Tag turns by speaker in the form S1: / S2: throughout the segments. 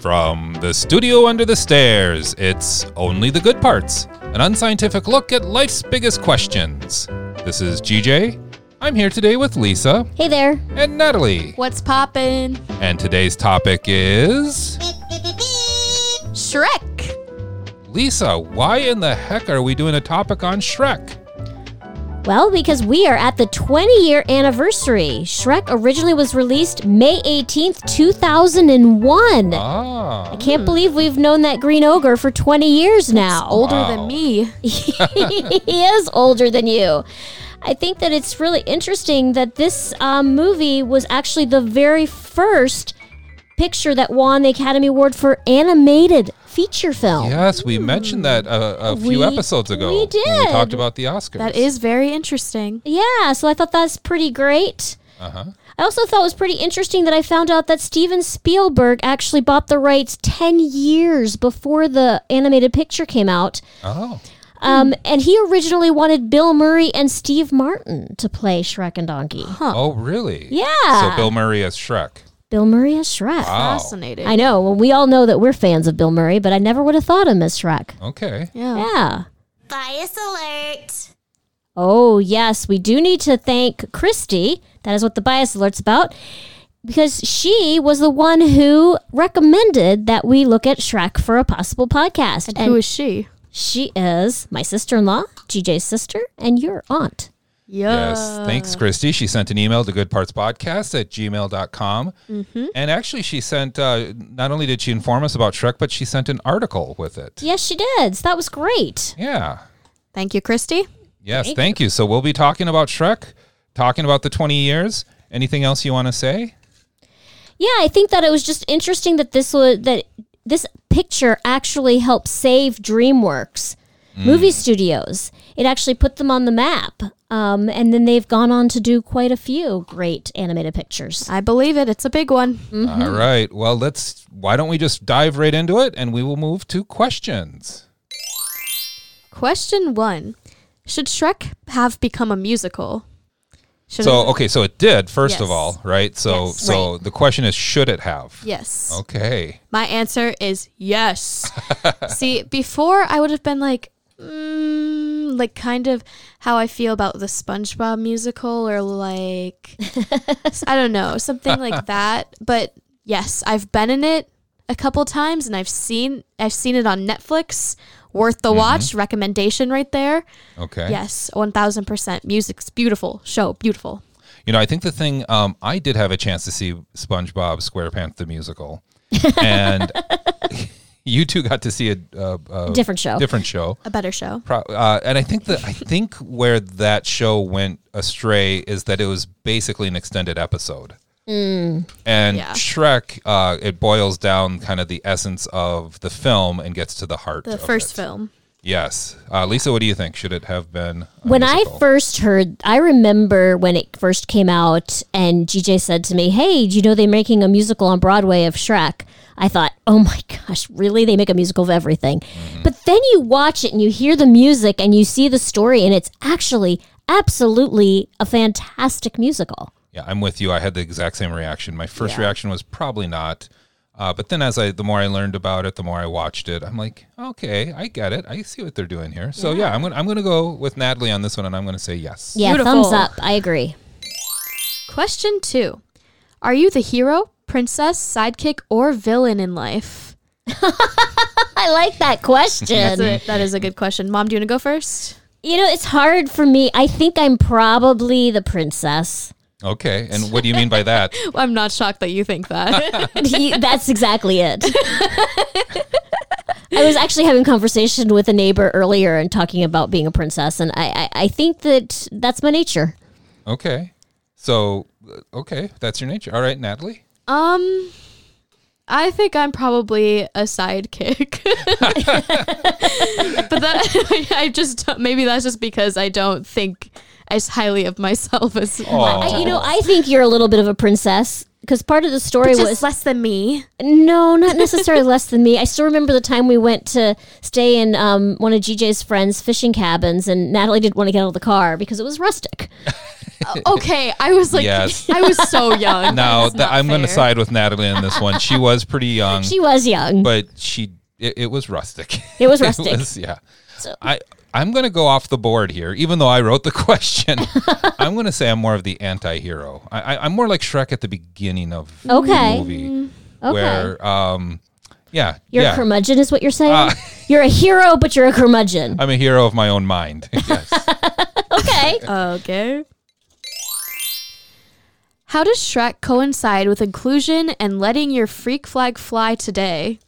S1: From the studio under the stairs, it's Only the Good Parts, an unscientific look at life's biggest questions. This is GJ. I'm here today with Lisa
S2: Hey there.
S1: and Natalie.
S2: What's poppin'?
S1: And today's topic is
S2: Shrek.
S1: Lisa, why in the heck are we doing a topic on Shrek?
S2: Well, because we are at the 20 year anniversary. Shrek originally was released May 18th, 2001. I
S1: Ah,
S2: can't believe we've known that green ogre for 20 years now.
S3: older
S1: Wow.
S3: than me.
S2: he is older than you. I think that it's really interesting that this um, movie was actually the very first picture that won the Academy Award for animated feature film.
S1: yes, we mentioned that a, a few
S2: We-
S1: episodes ago.
S2: we
S1: when We
S2: did.
S1: talked about the Oscars.
S3: That is very interesting.
S2: Yeah, so I thought that's pretty great.
S1: Uh huh.
S2: I also thought it was pretty interesting that I found out that Steven Spielberg actually bought the rights 10 years before the animated picture came out.
S1: Oh.
S2: Um, and he originally wanted Bill Murray and Steve Martin to play Shrek and Donkey.
S1: Oh, really?
S2: Yeah.
S1: So Bill Murray as Shrek.
S2: Bill Murray as Shrek.
S1: Wow.
S3: Fascinating.
S2: I know. Well, we all know that we're fans of Bill Murray, but I never would have thought him as Shrek.
S1: Okay.
S3: Yeah.
S2: Yeah.
S4: Bias alert.
S2: Oh, yes. We do need to thank Christy. That is what the bias alert's about. Because she was the one who recommended that we look at Shrek for a possible podcast.
S3: And, who is she?
S2: she is my sister in law, GJ's sister, and your aunt.
S1: Yes. Thanks, Christy. She sent an email to goodpartspodcast at gmail.com. Mm-hmm. And actually, she sent, uh, not only did she inform us about Shrek, but she sent an article with it.
S2: Yes, she did. So that was great.
S1: Yeah.
S3: Thank you, Christy.
S1: Yes. Thank, you. So we'll be talking about Shrek, talking about the 20 years. Anything else you want to say?
S2: Yeah, I think that it was just interesting that this was that this picture actually helped save DreamWorks movie studios. It actually put them on the map, um, and then they've gone on to do quite a few great animated pictures.
S3: I believe it. It's a big one.
S1: All right. Well, let's, why don't we just dive right into it and we will move to questions.
S3: Question one Should Shrek have become a musical? Should
S1: So,
S3: it-
S1: okay. So it did, first of
S3: Yes.
S1: all, right? So,
S3: Yes.
S1: so the question is, should it have?
S3: Yes.
S1: Okay.
S3: My answer is yes. See, before I would have been like, mm, like kind of how I feel about the SpongeBob musical or like, I don't know, something like that. But yes, I've been in it a couple times and I've seen I've seen it on Netflix. Worth the watch. Recommendation right there.
S1: Okay.
S3: Yes, one thousand percent. Music's beautiful. Show beautiful.
S1: You know, I think the thing um, I did have a chance to see SpongeBob SquarePants the musical, and you two got to see a, a, a
S2: Different show.
S1: different show.
S3: A better show.
S1: Pro- Uh, and I think that I think where that show went astray is that it was basically an extended episode. And
S3: Mm. Yeah.
S1: Shrek, uh, it boils down kind of the essence of the film and gets to the heart.
S3: The
S1: of
S3: first
S1: it.
S3: film.
S1: Yes, uh, Lisa, what do you think? Should it have been a
S2: When
S1: musical?
S2: I first heard, I remember when it first came out, and GJ said to me, "Hey, do you know they're making a musical on Broadway of Shrek?" I thought, "Oh my gosh, really? They make a musical of everything." But then you watch it and you hear the music and you see the story, and it's actually absolutely a fantastic musical.
S1: Yeah, I'm with you. I had the exact same reaction. My first reaction was probably not. Uh, but then as I the more I learned about it, the more I watched it, I'm like, okay, I get it. I see what they're doing here. So yeah, I'm gonna I'm gonna go with Natalie on this one and I'm gonna say yes.
S2: Yeah,
S3: Beautiful.
S2: thumbs up. I agree.
S3: Question two Are you the hero, princess, sidekick, or villain in life?
S2: I like that
S3: That's
S2: question.
S3: a, that is a good question. Mom, do you want to go first?
S2: you know, it's hard for me. I think I'm probably the princess.
S1: Okay. And what do you mean by that?
S3: I'm not shocked that you think that.
S2: He- that's exactly it. I was actually having a conversation with a neighbor earlier and talking about being a princess, and I, I, I think that that's my nature.
S1: Okay. So uh, okay, that's your nature. All right, Natalie.
S3: um, I think I'm probably a sidekick. but that, I just, don't- maybe that's just because I don't think as highly of myself as.
S1: Oh,
S2: I, you know, I think you're a little bit of a princess because part of the story
S3: Just
S2: was
S3: less than me.
S2: no, not necessarily less than me. I still remember the time we went to stay in um, one of GJ's friends' fishing cabins, and Natalie didn't want to get out of the car because it was rustic.
S3: okay, I was like,
S1: Yes.
S3: I was so young.
S1: Now
S3: That's
S1: th-
S3: not
S1: I'm going to
S3: fair.
S1: side with Natalie on this one. She was pretty young,
S2: She was young.
S1: but she it, it was rustic.
S2: It was rustic.
S1: yeah.
S2: So-
S1: I I'm going to go off the board here, even though I wrote the question. I'm going to say I'm more of the anti-hero. I, I, I'm more like Shrek at the beginning of
S2: Okay.
S1: the movie,
S2: Okay.
S1: where um, yeah,
S2: you're
S1: yeah,
S2: a curmudgeon, is what you're saying.
S1: Ah.
S2: you're a hero, but you're a curmudgeon.
S1: I'm a hero of my own mind. Yes.
S2: Okay.
S3: Okay. How does Shrek coincide with inclusion and letting your freak flag fly today?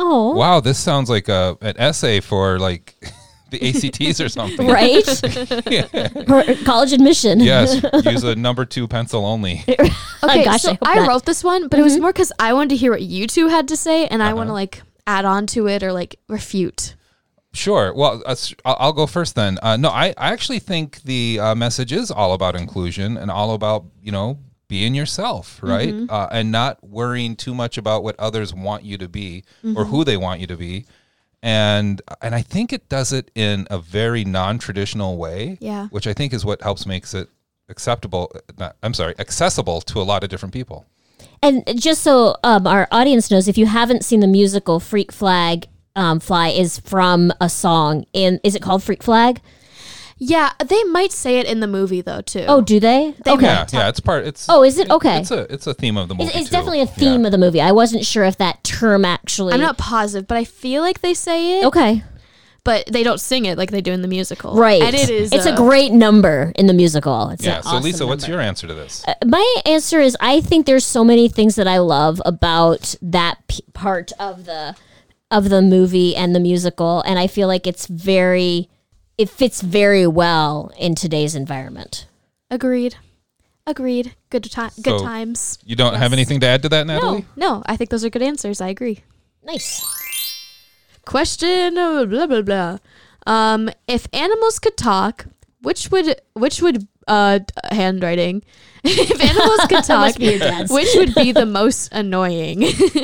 S2: Oh,
S1: wow, this sounds like a an essay for like the ACTs or something.
S2: right. Her- college admission.
S1: Yes, use a number two pencil only.
S3: Okay,
S2: Oh, gosh, I
S3: so
S2: hope
S3: I,
S2: not. Mm-hmm.
S3: wrote this one, but it was more because I wanted to hear what you two had to say, and I
S2: Uh-huh.
S3: want to like add on to it or like refute.
S1: Sure. Well, uh, s- I'll I'll go first then. Uh, no, I, I actually think the uh, message is all about inclusion and all about, you know, being yourself, right?
S2: Mm-hmm.
S1: Uh, and not worrying too much about what others want you to be or
S2: Mm-hmm.
S1: who they want you to be. And and I think it does it in a very non-traditional way,
S3: Yeah.
S1: which I think is what helps makes it acceptable, uh, not, I'm sorry, accessible to a lot of different people.
S2: And just so um, our audience knows, if you haven't seen the musical, Freak Flag um, Fly is from a song. In is it called Freak Flag?
S3: Yeah, they might say it in the movie though too.
S2: Oh, do they? okay.
S1: Yeah, yeah, it's part it's
S2: Oh, is it okay?
S1: It's a it's a theme of the movie.
S2: It's, it's
S1: too.
S2: definitely a
S1: Yeah.
S2: theme of the movie. I wasn't sure if that term actually.
S3: I'm not positive, but I feel like they say it,
S2: okay.
S3: but they don't sing it like they do in the musical.
S2: Right.
S3: and it is
S2: It's a,
S3: uh,
S2: great number in the musical. It's
S1: Yeah.
S2: An
S1: So
S2: awesome
S1: Lisa, what's
S2: number.
S1: your answer to this?
S2: My answer is I think there's so many things that I love about that p- part of the of the movie and the musical, and I feel like it's very it fits very well in today's environment.
S3: agreed, agreed. Good time, good
S1: So-
S3: times.
S1: You don't have anything to add to that, Natalie?
S3: No, I think those are good answers. I agree.
S2: Nice.
S3: Question uh, blah blah blah. Um, if animals could talk, which would which would uh d- handwriting? if animals could talk,
S2: be your dad's.
S3: which would be the most annoying?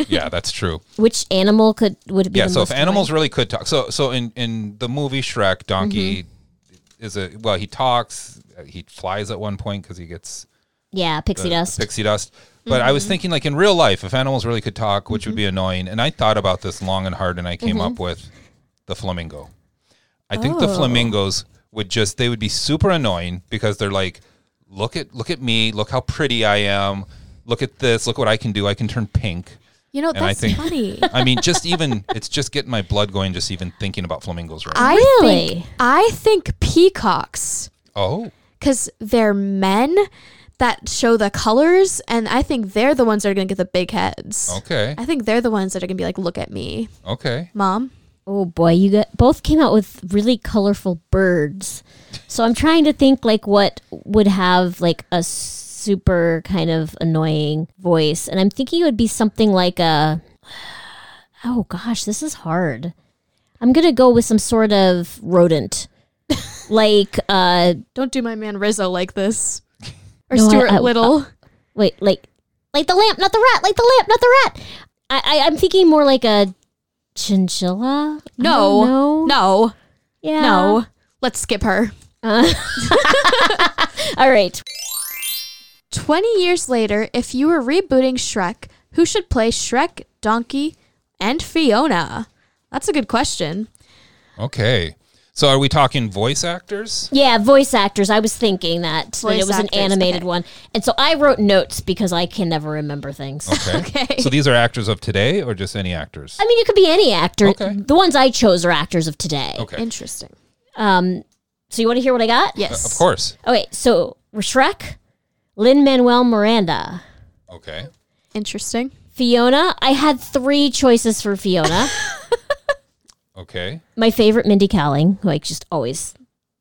S1: yeah, that's true.
S2: Which animal could would it be?
S1: Yeah.
S2: the
S1: So
S2: most
S1: if animals really could talk, so so in in the movie Shrek, donkey
S2: Mm-hmm.
S1: is a well, he talks, uh, he flies at one point because he gets
S2: yeah, pixie dust. Mm-hmm.
S1: pixie dust. But I was thinking, like in real life, if animals really could talk, which would be annoying. And I thought about this long and hard, and I came
S2: Mm-hmm.
S1: up with the flamingo. I think
S2: Oh.
S1: the flamingos would just they would be super annoying because they're like, look at look at me, look how pretty I am, look at this, look what I can do, I can turn pink.
S3: you know,
S1: And I
S3: that's
S1: think-
S3: funny.
S1: I mean, just even it's just getting my blood going just even thinking about flamingos right now.
S3: I
S2: Really?
S3: think, I think peacocks
S1: Oh,
S3: because they're men that show the colors, and I think they're the ones that are gonna get the big heads.
S1: okay,
S3: I think they're the ones that are gonna be like, look at me,
S1: okay.
S3: mom.
S2: Oh boy, you got both came out with really colorful birds. So I'm trying to think like what would have like a super kind of annoying voice, and I'm thinking it would be something like a. Oh gosh, this is hard. I'm gonna go with some sort of rodent, like uh,
S3: Don't do my man Rizzo like this. Or
S2: No, I-
S3: Stuart
S2: I-
S3: Little.
S2: wait, like like the lamp, not the rat, like the lamp, not the rat. I, I I'm thinking more like a chinchilla. I don't
S3: no,
S2: know.
S3: Oh, no,
S2: yeah,
S3: no. Let's skip her.
S2: All right,
S3: 20 years later, if you were rebooting Shrek, who should play Shrek, Donkey, and Fiona? That's a good question.
S1: Okay. So are we talking voice actors?
S2: Yeah, voice actors. I was thinking that, that
S3: Voice
S2: it was
S3: actors,
S2: an animated
S3: okay.
S2: one. And so I wrote notes because I can never remember things.
S1: Okay. So these are actors of today or just any actors?
S2: I mean, it could be any actor.
S1: Okay.
S2: The ones I chose are actors of today.
S1: Okay. Uh,
S3: Interesting.
S2: Um, so you want to hear what I got?
S3: Yes.
S1: Of course.
S2: Okay, so Shrek, Lin Manuel Miranda,
S1: Okay.
S3: Interesting.
S2: Fiona. I had three choices for Fiona.
S1: Okay.
S2: My favorite, Mindy Kaling, who I just always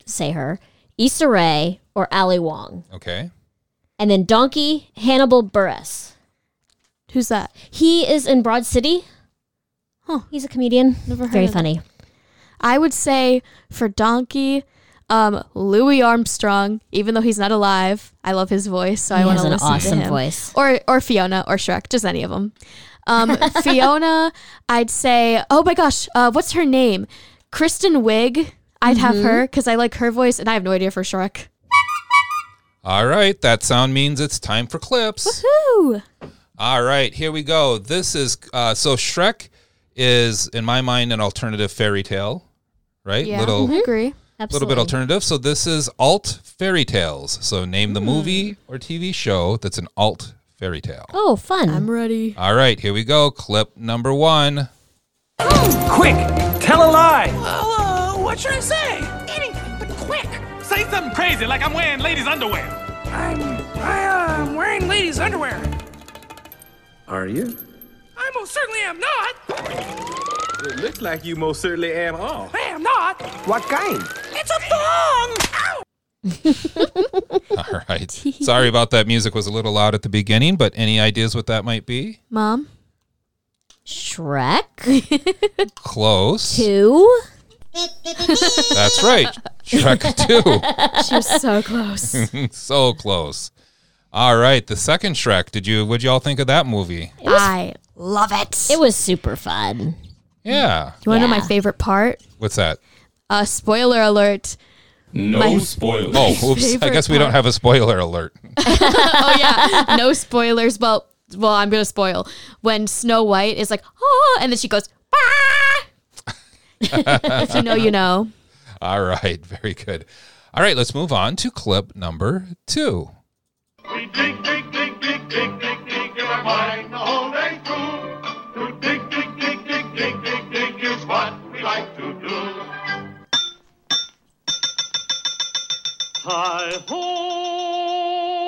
S2: say her, Issa Rae, or Ali Wong.
S1: Okay.
S2: And then Donkey, Hannibal Buress.
S3: Who's that?
S2: He is in Broad City.
S3: Huh.
S2: He's a comedian.
S3: Never heard
S2: Very
S3: of him.
S2: funny.
S3: I would say for Donkey, Um, Louis Armstrong, even though he's not alive, I love his voice, so I
S2: He
S3: want
S2: has
S3: to
S2: an
S3: listen
S2: awesome
S3: to him.
S2: voice.
S3: Or or Fiona or Shrek, just any of them. Um, Fiona, I'd say, oh my gosh, uh, what's her name? Kristen Wiig. I'd have her
S2: Mm-hmm.
S3: because I like her voice, and I have no idea for Shrek.
S1: All right, that sound means it's time for clips.
S3: Woo!
S1: All right, here we go. This is uh, so Shrek is in my mind an alternative fairy tale, right?
S3: Yeah, Mm-hmm.
S1: Little
S3: I agree.
S1: little
S2: Absolutely.
S1: bit alternative. So this is alt fairy tales. So name the movie or TV show that's an alt fairy tale.
S2: Oh, fun.
S3: I'm ready.
S1: All right, here we go. Clip number one.
S5: Quick, tell a lie.
S6: Oh, uh, what should I say? Anything, but quick.
S5: Say something crazy like I'm wearing ladies' underwear.
S6: I'm, I, uh, I'm wearing ladies' underwear.
S7: Are you?
S6: I most certainly am not.
S7: It looks like you most certainly am all.
S6: I am not.
S7: What kind?
S6: It's a thong. Ow!
S1: All right. Sorry about that. Music was a little loud at the beginning, but any ideas what that might be?
S3: Mom,
S2: Shrek
S1: Close.
S2: 2.
S1: That's right. Shrek
S3: she was so close.
S1: 2. so close. All right, the second Shrek. Did you what'd y'all think of that movie?
S3: I love it.
S2: It was super fun.
S1: Yeah.
S3: you want to know
S2: Yeah.
S3: my favorite part?
S1: What's that?
S3: Uh, spoiler alert.
S5: No
S3: My-
S5: spoilers.
S1: Oh, oops. I
S3: Favorite
S1: guess we don't
S3: part.
S1: have a spoiler alert.
S3: Oh yeah, no spoilers. Well, well, I'm gonna spoil when Snow White is like, oh, and then she goes, "Bah!" if you know, you know.
S1: All right, very good. All right, let's move on to clip number two.
S8: We dig, dig, dig, dig, dig, dig, dig in our mind the whole day through. To dig, dig, dig, dig, dig, dig, dig is what we like to do. Hi ho,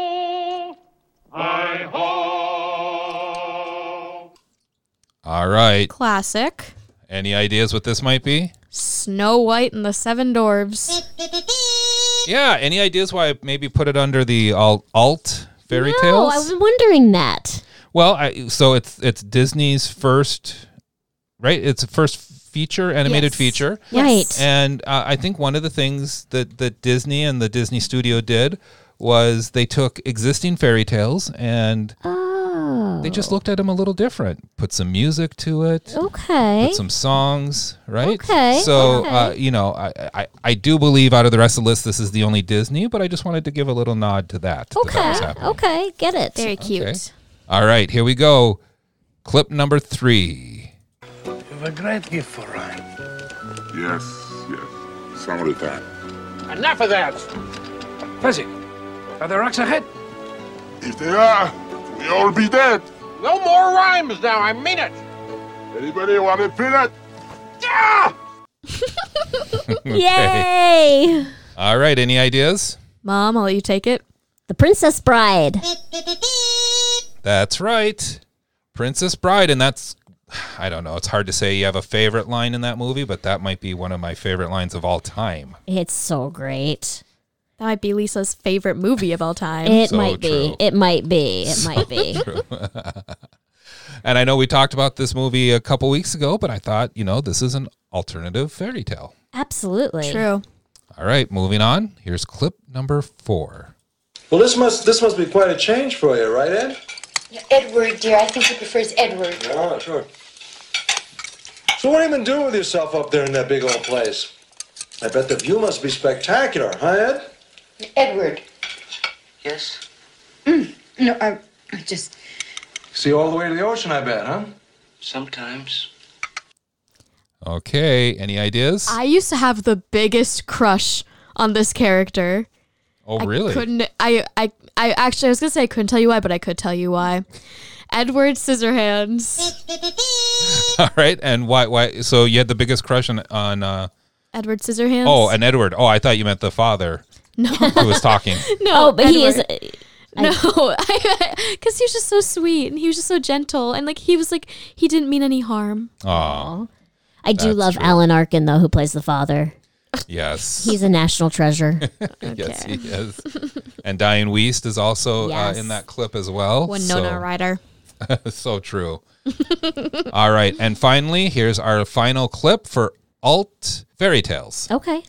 S8: hi ho.
S1: All right,
S3: Classic.
S1: any ideas what this might be?
S3: Snow White and the Seven Dwarves.
S1: Yeah, any ideas why I maybe put it under the alt, alt fairy
S2: No,
S1: tales?
S2: I was wondering that.
S1: well, I, so it's it's Disney's first, right? It's the first feature animated
S3: Yes.
S1: feature.
S2: Right.
S1: And uh, I think one of the things that, that Disney and the Disney studio did was they took existing fairy tales and
S2: Oh.
S1: they just looked at them a little different, put some music to it.
S2: Okay.
S1: put some songs, right?
S2: Okay,
S1: So, Uh,
S2: okay.
S1: you know, I, I, I do believe out of the rest of the list, this is the only Disney, but I just wanted to give a little nod to that. that that
S2: Okay.
S1: was happening.
S2: Okay. Get it.
S3: Very cute.
S1: Okay. All right, here we go. Clip number three.
S9: You have a great gift for rhyme.
S10: Yes, yes. Some of the time.
S5: Enough of that. Fuzzy, are there rocks ahead?
S10: If they are, we all be dead.
S5: No more rhymes now. I mean it.
S10: Anybody want a peanut?
S2: Yay!
S1: All right, any ideas?
S3: Mom, I'll let you take it.
S2: The Princess Bride.
S1: That's right. Princess Bride, and that's I don't know. It's hard to say you have a favorite line in that movie, but that might be one of my favorite lines of all time.
S2: It's so great.
S3: That might be Lisa's favorite movie of all time.
S2: It
S1: so
S2: might be.
S1: true.
S2: It might be. It might be.
S1: And I know we talked about this movie a couple weeks ago, but I thought, you know, this is an alternative fairy tale.
S2: Absolutely.
S3: True.
S1: All right, moving on. Here's clip number four.
S9: Well, this must this must be quite a change for you, right, Ed?
S11: Edward, dear, I think he prefers Edward.
S9: Oh, sure. So what have you been doing with yourself up there in that big old place? I bet the view must be spectacular, huh, Ed?
S11: Edward. Mm,
S9: Yes.
S11: No, I, I just.
S9: See all the way to the ocean, I bet, huh?
S6: Sometimes.
S1: Okay, any ideas?
S3: I used to have the biggest crush on this character.
S1: oh, really?
S3: I couldn't. I, I. I actually. I was gonna say I couldn't tell you why, but I could tell you why. Edward Scissorhands.
S1: All right, and why? Why? So you had the biggest crush on, on uh,
S3: Edward Scissorhands.
S1: oh, and Edward. Oh, I thought you meant the father. No, who was talking?
S3: no.
S2: Oh, but he is.
S3: Edward. No, because he was just so sweet and he was just so gentle and like he was like he didn't mean any harm.
S1: Oh,
S2: I do
S1: That's
S2: love
S1: true.
S2: Alan Arkin though, who plays the father.
S1: yes,
S2: He's a national treasure.
S1: yes, he is. And Diane Weist is also
S2: Yes.
S1: uh, in that clip as well.
S3: Winona
S1: Oh, so,
S3: Ryder.
S1: so true. All right, and finally, here's our final clip for alt fairy tales.
S2: Okay.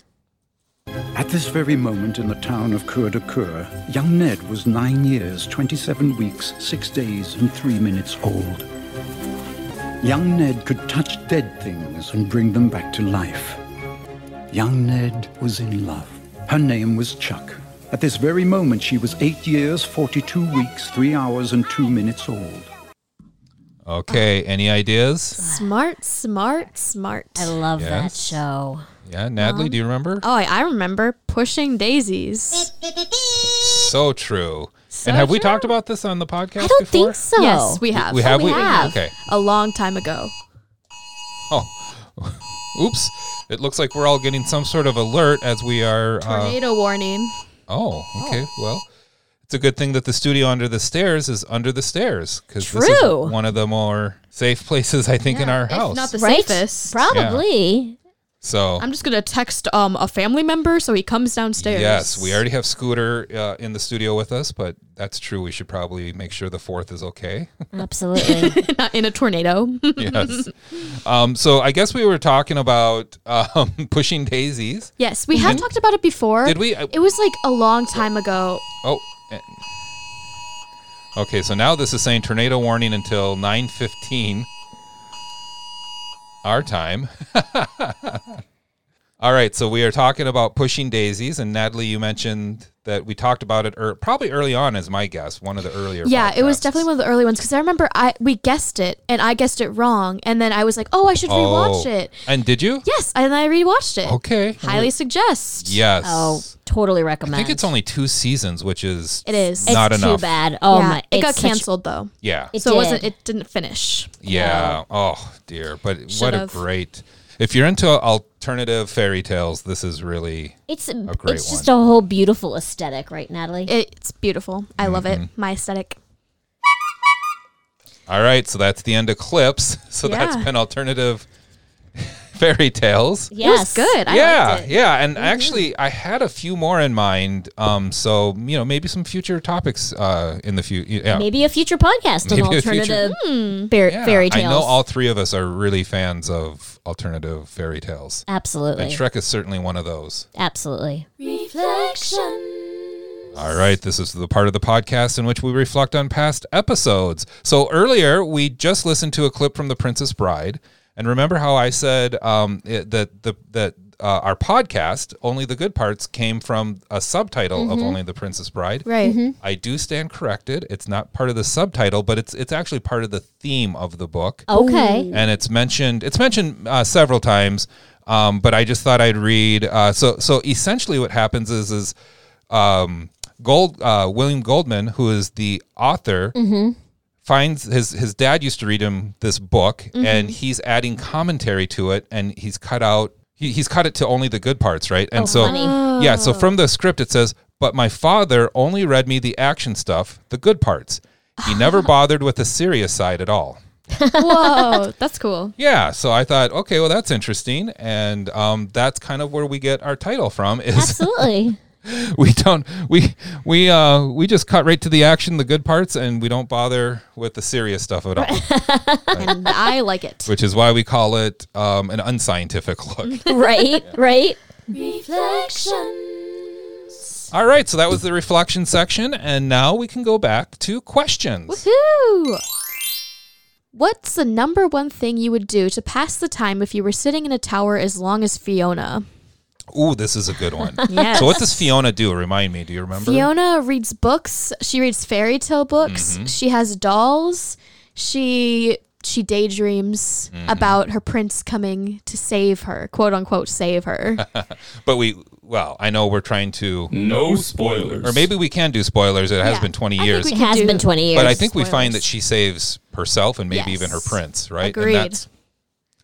S12: At this very moment in the town of Coeur de Coeur, young Ned was nine years, 27 weeks, six days, and three minutes old. Young Ned could touch dead things and bring them back to life. Young Ned was in love. Her name was Chuck. At this very moment, she was eight years, 42 weeks, three hours, and two minutes old.
S3: Oh.
S1: Okay, any ideas?
S3: Smart, smart, smart.
S2: I love that
S1: Yes.
S2: show.
S1: Yeah, Natalie, do you remember?
S3: Oh, I, I remember pushing daisies.
S1: So true.
S3: So
S1: and have we
S3: true.
S1: talked about this on the podcast?
S3: I don't
S1: before?
S3: think so. Yes, we
S1: We-
S3: have.
S1: we have? We- okay.
S3: A long time ago.
S1: Oh, oops! It looks like we're all getting some sort of alert as we are. Uh,
S3: Tornado warning.
S1: oh, okay. Well, it's a good thing that the studio under the stairs is under the stairs because this is
S2: True.
S1: one of the more safe places I think in our house.
S3: Not the
S2: Right?
S3: safest.
S2: Probably.
S1: so
S3: I'm just gonna text um a family member so he comes downstairs.
S1: Yes, we already have Scooter uh, in the studio with us, but that's true. We should probably make sure the fourth is okay.
S2: Absolutely.
S3: Not in a tornado.
S1: yes. Um, so I guess we were talking about um, pushing daisies.
S3: Yes, we have talked about it before.
S1: Did we? I-
S3: It was like a long time ago.
S1: Oh. eh. Okay, so now this is saying tornado warning until 9:15 our time. All right, so we are talking about pushing daisies and Natalie you mentioned that we talked about it ear probably early on as my guess, one of the earlier
S3: Yeah, it was
S1: podcasts.
S3: definitely one of the early ones because I remember I we guessed it and I guessed it wrong and then I was like, oh, I should rewatch
S1: Oh.
S3: it.
S1: And did you?
S3: Yes, and I rewatched it.
S1: Okay.
S3: Highly suggest.
S1: Yes.
S2: Oh, totally recommend.
S1: I think it's only two seasons, which is
S3: It is.
S1: not
S2: it's
S1: enough.
S2: too bad. Oh
S3: Yeah,
S2: my,
S3: Um, it got
S2: it's such-
S3: canceled though.
S1: Yeah.
S2: It
S3: so it wasn't.
S2: did.
S3: It didn't finish.
S1: Yeah. Oh dear. But what a
S3: Um, Should've.
S1: great. If you're into alternative fairy tales, this is really
S2: It's
S1: a great
S2: it's just
S1: one.
S2: a whole beautiful aesthetic, right, Natalie?
S3: It's beautiful. I love it.
S1: Mm-hmm.
S3: My aesthetic.
S1: All right. So that's the end of clips. So
S3: Yeah.
S1: that's been alternative fairy tales.
S3: It was good. I
S1: yeah,
S3: liked it. Mm-hmm.
S1: yeah, and actually, I had a few more in mind. Um, so you know, maybe some future topics uh, in the future. Yeah,
S2: Maybe a future podcast Hmm. on
S1: Maybe a future-
S2: alternative fair-
S1: Yeah,
S2: fairy tales.
S1: I know all three of us are really fans of alternative fairy tales,
S2: Absolutely.
S1: and Shrek is certainly one of those.
S2: Absolutely.
S1: All right, this is the part of the podcast in which we reflect on past episodes. So earlier, we just listened to a clip from The Princess Bride, and remember how I said um, it, that the that uh, our podcast, only the good parts, came from a subtitle of
S3: Mhm.
S1: only The Princess Bride.
S3: Right.
S2: Mm-hmm.
S1: I do stand corrected. It's not part of the subtitle, but it's it's actually part of the theme of the book.
S2: Okay.
S1: and it's mentioned it's mentioned uh, several times um, but i just thought i'd read uh, so so essentially what happens is is um, gold uh, william goldman who is the author
S2: Mm-hmm.
S1: finds his his dad used to read him this book
S2: Mhm.
S1: and he's adding commentary to it and he's cut out he, he's cut it to only the good parts right and
S2: Oh,
S1: so
S2: funny.
S1: yeah so from the script it says but my father only read me the action stuff the good parts he
S2: Ah.
S1: never bothered with the serious side at all
S3: Whoa, that's cool.
S1: yeah, so I thought, okay, well, that's interesting, and um, that's kind of where we get our title from. Is
S2: Absolutely.
S1: we don't we we uh, we just cut right to the action, the good parts, and we don't bother with the serious stuff at all,
S3: And I like it.
S1: which is why we call it um, an unscientific look.
S2: right. Right.
S1: all right, so that was the reflection section, and now we can go back to questions.
S3: Woohoo! What's the number one thing you would do to pass the time if you were sitting in a tower as long as Fiona?
S1: Ooh, this is a good one.
S3: Yes.
S1: So what does Fiona do? Remind me. Do you remember?
S3: Fiona reads books. She reads fairy tale books. She has dolls. She she daydreams about her prince coming to save her, quote unquote, save her.
S1: But we, well, I know we're trying to
S13: No spoilers.
S1: or maybe we can do spoilers. It has
S3: Yeah,
S1: been twenty
S3: I think
S1: years.
S3: we
S2: It has
S3: do-
S2: been 20 years.
S1: But I think we find that she saves herself and maybe even her
S3: Yes.
S1: prince, right?
S3: Agreed.
S1: And that's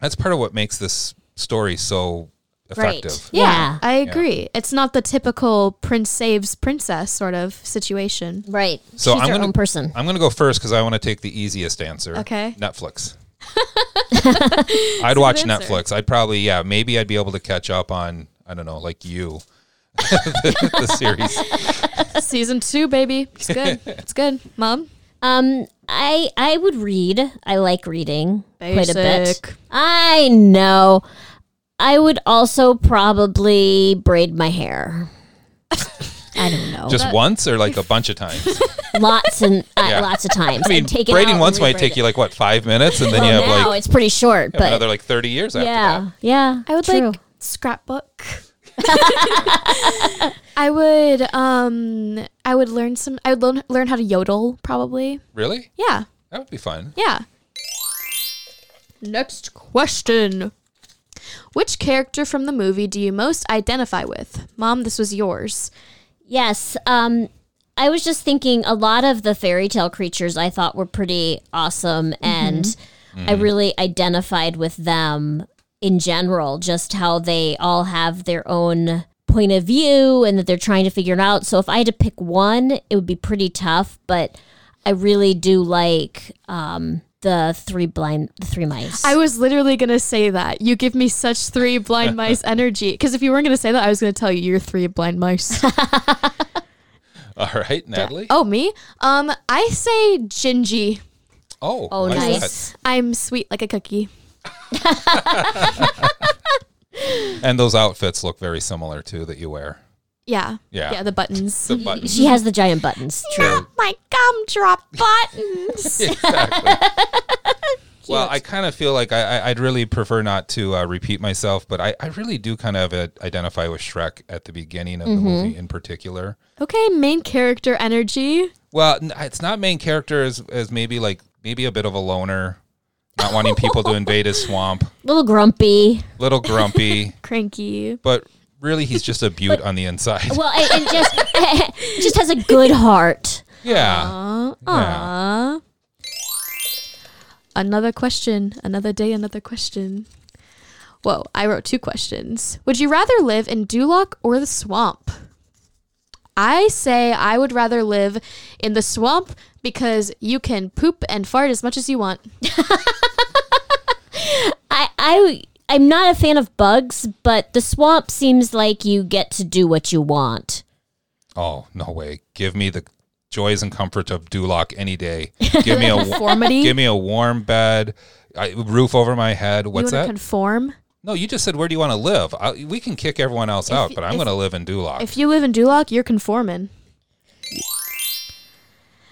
S1: that's part of what makes this story so
S2: Right.
S1: effective.
S3: yeah,
S2: Yeah.
S3: I agree. It's not the typical prince saves princess sort of situation.
S2: Right.
S1: So
S2: She's
S1: I'm
S2: her
S1: gonna
S2: own person.
S1: I'm gonna go first because I want to take the easiest answer.
S3: Okay.
S1: Netflix. I'd watch
S3: answer.
S1: Netflix. I'd probably yeah, maybe I'd be able to catch up on I don't know, like you. the, the series.
S3: Season two, baby. It's good. It's good. Mom?
S2: Um, I I would read. I like reading quite a bit.
S3: Basic.
S2: I know. I would also probably braid my hair. I don't know.
S1: Just once or like a bunch of times?
S2: Lots and uh,
S1: Yeah.
S2: lots of times.
S1: I mean,
S2: I'd take it
S1: braiding
S2: out
S1: once
S2: and
S1: might
S2: rebraid
S1: take
S2: it.
S1: you like, what, five minutes? And then
S2: Well,
S1: you have
S2: now
S1: like
S2: it's pretty short,
S1: you have
S2: but
S1: another like 30 years after that.
S2: yeah, yeah.
S3: I would like scrapbook. I would um I would learn some I would learn, learn how to yodel probably.
S1: Really?
S3: Yeah.
S1: That would be fun.
S3: Yeah. Next question. Which character from the movie do you most identify with? Mom, this was yours.
S2: Yes. Um, I was just thinking a lot of the fairy tale creatures I thought were pretty awesome, and I
S13: Mhm.
S2: really identified with them in general, just how they all have their own point of view and that they're trying to figure it out. So if I had to pick one, it would be pretty tough, but I really do like um, the three blind, the three mice.
S3: I was literally going to say that. You give me such three blind mice energy. Because if you weren't going to say that, I was going to tell you you're three blind mice.
S1: All right, Natalie.
S3: oh, me? Um, I say Gingy.
S1: Oh,
S3: Oh,
S1: why is
S3: nice. I'm sweet like a cookie.
S1: that? And those outfits look very similar too that you wear.
S3: Yeah.
S1: Yeah.
S3: Yeah, the buttons.
S1: The buttons.
S2: she has the giant buttons.
S1: True.
S3: My gumdrop buttons.
S1: Well, I kind of feel like I, I, I'd really prefer not to uh, repeat myself, but I, I really do kind of uh, identify with Shrek at the beginning of
S3: Mhm.
S1: the movie in particular.
S3: Okay, main character energy.
S1: Well, n- it's not main character as, as maybe like maybe a bit of a loner, not wanting people to invade his swamp,
S2: Little grumpy.
S1: little grumpy,
S3: Cranky.
S1: but really he's just a beaut on the inside.
S2: Well, and, and just just has a good heart.
S1: yeah.
S3: Aw.
S1: Yeah.
S3: aw. Another question. Another day, another question. Whoa, I wrote two questions. Would you rather live in Duloc or the swamp? I say I would rather live in the swamp because you can poop and fart as much as you want.
S2: I I I'm not a fan of bugs, but the swamp seems like you get to do what you want.
S1: Oh no way! Give me the joys and comfort of Duloc any day. Give me a
S3: Conformity?
S1: Give me a warm bed, a roof over my head. What's
S3: you wanna
S1: that?
S3: conform?
S1: no, you just said where do you want to live? I, we can kick everyone else
S3: If
S1: out,
S3: y-
S1: but I'm
S3: if-
S1: going to live in Duloc.
S3: If you live in Duloc, you're conforming.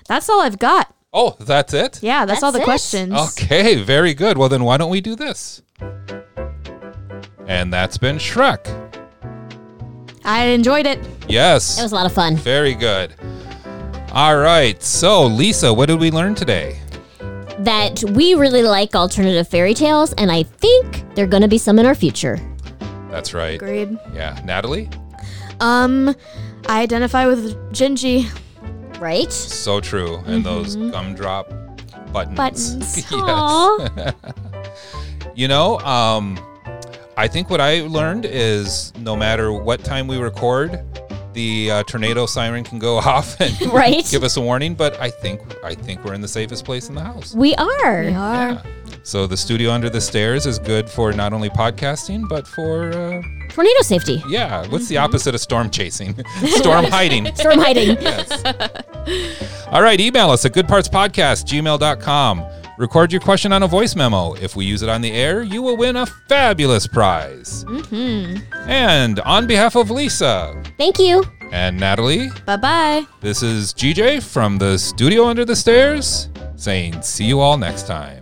S3: That's all I've got.
S1: oh, that's it.
S3: Yeah, that's, all the
S2: That's it.
S3: questions.
S1: Okay, very good. Well, then why don't we do this? And that's been Shrek.
S3: I enjoyed it.
S1: Yes,
S2: It was a lot of fun.
S1: very good. All right, so Lisa, what did we learn today?
S2: That we really like alternative fairy tales, and I think there are going to be some in our future.
S1: That's right.
S3: Agreed.
S1: Yeah, Natalie.
S3: Um, I identify with Gingy.
S2: Right?
S1: So true. And those gumdrop buttons.
S3: Buttons.
S1: yes. you know, um, I think what I learned is no matter what time we record, the uh, tornado siren can go off and
S2: Right.
S1: give us a warning. But I think I think we're in the safest place in the house.
S2: We are.
S3: We are.
S1: So the studio under the stairs is good for not only podcasting but for uh,
S2: Tornado safety.
S1: yeah. What's the opposite of storm chasing? storm hiding.
S2: Storm hiding.
S1: All right, email us at goodpartspodcast@gmail.com. Record your question on a voice memo. If we use it on the air, you will win a fabulous prize.
S3: Mm-hmm.
S1: And on behalf of Lisa
S2: Thank you.
S1: and Natalie,
S3: Bye bye.
S1: this is GJ from the studio under the stairs saying see you all next time.